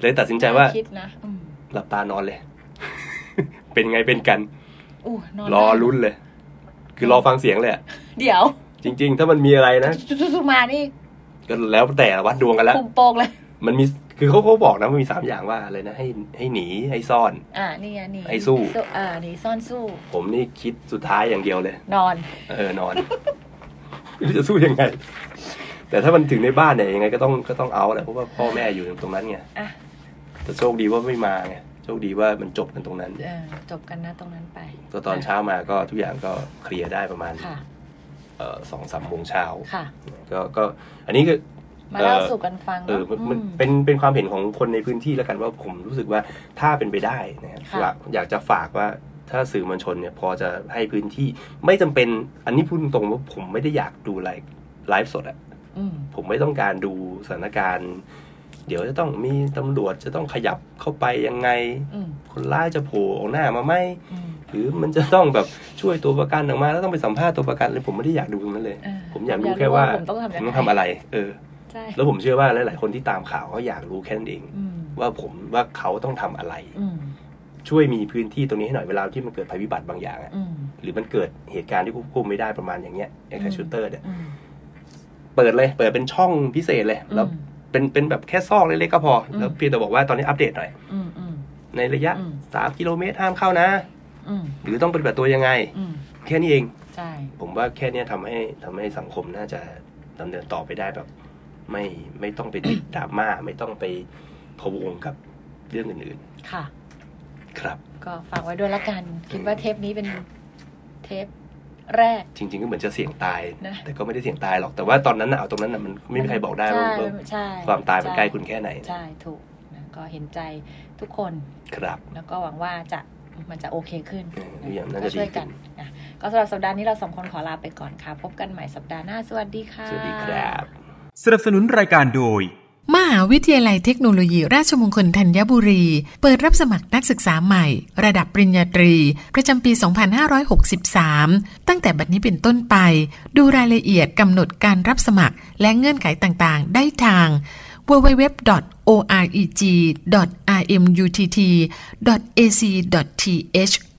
Speaker 3: เลยตัดสินใจว่า
Speaker 2: น่คิดนะอืม
Speaker 3: หลับตานอนเลย เป็นไงเป็นกัน
Speaker 2: อู้นอน
Speaker 3: รอลุ้นเลย คือรอฟังเสียงเลยอะ
Speaker 2: เดี๋ยว
Speaker 3: จริง ๆ ถ้ามันมีอะไรนะ
Speaker 2: จุดๆๆมานี่
Speaker 3: ก็แล้วแต่วัดดวงกันแล้ว
Speaker 2: ปุ่มโปงเลย
Speaker 3: มันมีคือเขาเขาบอกนะมันมีสามอย่างว่าอะไรนะให้ให้หนีให้ซ่อน
Speaker 2: อ่านี่ไงหนี่
Speaker 3: ไอ้สู้
Speaker 2: อ่าหนี่ซ่อนสู้
Speaker 3: ผมนี่คิดสุดท้ายอย่างเดียวเลย
Speaker 2: นอน
Speaker 3: เออนอน ไม่รู้จะสู้ยังไง แต่ถ้ามันถึงในบ้านเนี่ยยังไงก็ต้องก็ต้องเอาแหละเพราะว่าพ่อแม่อยู่ตรงนั้นไง
Speaker 2: อ่ะ
Speaker 3: แต่โชคดีว่าไม่มาไงโชคดีว่ามันจบกันตรงนั้น
Speaker 2: เออจบกันนะตรงนั้นไป
Speaker 3: ก็ตอนเช้ามาก็ทุกอย่างก็เคลียร์ได้ประมาณ
Speaker 2: ค่ะ
Speaker 3: เอ่อสองสามโมงเช้า
Speaker 2: ค่ะ
Speaker 3: ก็ก็อันนี้ก็
Speaker 2: มาเล่า
Speaker 3: เอ่อ
Speaker 2: สู่กันฟัง
Speaker 3: เออมันมัน
Speaker 2: ม
Speaker 3: เป็นเป็นความเห็นของคนในพื้นที่แล้วกันว่าผมรู้สึกว่าถ้าเป็นไปได้นะครับ
Speaker 2: ค่ะ
Speaker 3: อยากอยากจะฝากว่าถ้าสื่อมวลชนเนี่ย พอจะให้พื้นที่ไม่จำเป็นอันนี้พูดตรงๆว่าผมไม่ได้อยากดูไลฟ์ไลฟ์สดอะ
Speaker 2: อืม
Speaker 3: ผมไม่ต้องการดูสถานการณ์ เดี๋ยวจะต้องมีตำรวจจะต้องขยับเข้าไปยังไง
Speaker 2: อืม
Speaker 3: คนร้ายจะโผล่ออกหน้ามาไหม
Speaker 2: อืม
Speaker 3: หรือมันจะต้องแบบช่วยตัวประกันออกมา แล้วต้องไปสัมภาษณ์ตัวประกันเลยผมไม่ได้อยากดูตรงนั้นเลย
Speaker 2: เออ
Speaker 3: ผมอยากรู้แค่ว่า
Speaker 2: ผมต้องทำ
Speaker 3: ผ
Speaker 2: ยังไง
Speaker 3: มต้องทำอะไร เออ
Speaker 2: ใช่
Speaker 3: แล้วผมเชื่อว่าหลาย ๆ คนที่ตามข่าวเขาอยากรู้แค่นั้นเอง
Speaker 2: อืม
Speaker 3: ว่าผมว่าเขาต้องทำอะไร
Speaker 2: อืม
Speaker 3: ช่วยมีพื้นที่ตรงนี้ให้หน่อยเวลาที่มันเกิดภัยพิบัติบางอย่างอะ
Speaker 2: อืม
Speaker 3: หรือมันเกิดเหตุการณ์ที่ควบคุมไม่ได้ประมาณอย่างเงี้ยแอคชั่นชูเตอร์เนี่ย
Speaker 2: อืม
Speaker 3: เปิดเลยเปิดเป็นช่องพิเศษเลยแล้ว
Speaker 2: อืม
Speaker 3: เป็นเป็นแบบแค่ซอกเล็กๆก็พออ
Speaker 2: ม
Speaker 3: แล้วเพียงแต่บอกว่าตอนนี้อัปเดตหน่อย
Speaker 2: อืมอืม
Speaker 3: ในระยะ
Speaker 2: อืม
Speaker 3: 3 กิโลเมตรห้ามเข้านะ
Speaker 2: อืม
Speaker 3: หรือต้องปฏิบัติตัวยังไง
Speaker 2: อืม
Speaker 3: แค่นี้เอง
Speaker 2: ใช่
Speaker 3: ผมว่าแค่เนี้ยทำให้ทำให้สังคมน่าจะดำเนินต่อไปได้แบบ ไม่ไม่ต้องไปติด ดราม่าไม่ต้องไปพะวงกับเรื่องอื่น
Speaker 2: ค่ะ
Speaker 3: ๆ ครับ
Speaker 2: ก็ฝากไว้ด้วยละกัน คิดว่าเทปนี้เป็นเทปแรก
Speaker 3: จริง ๆ ก็เหมือนจะเสี่ยงตาย
Speaker 2: นะ
Speaker 3: แต่ก็ไม่ได้เสี่ยงตายหรอกแต่ว่าตอนนั้นน่ะเอาตรงนั้นน่ะมันไม่มีใครบอกได้ว่า
Speaker 2: ใช่
Speaker 3: ว่า
Speaker 2: ใช่
Speaker 3: ความตายมัน
Speaker 2: ช่
Speaker 3: ใกล้คุณแค่ไหน
Speaker 2: ใช่ถูกนะก็เห็นใจทุกคน
Speaker 3: ครับ
Speaker 2: แล้วก็หวังว่าจะมันจะโอเคขึ้น
Speaker 3: เออทุกอย่างน่า
Speaker 2: ก็
Speaker 3: จะดี
Speaker 2: ช่วยกั
Speaker 3: ขึ้
Speaker 2: น
Speaker 3: น
Speaker 2: นะก็สำหรับสัปดาห์นี้เราสองคนขอลาไปก่อนค่ะ พบกันใหม่สัปดาห์หน้าสวัสดีค่ะ
Speaker 3: สวัสดีครับ
Speaker 4: สนับสนุนรายการโดย
Speaker 1: มหาวิทยาลัยเทคโนโลยีราชมงคลธัญบุรี เปิดรับสมัครนักศึกษาใหม่ ระดับปริญญาตรี ประจำปี 2563 ตั้งแต่บัดนี้เป็นต้นไป ดูรายละเอียดกำหนดการรับสมัครและเงื่อนไขต่างๆ ได้ทาง www.oreg.rmutt.ac.th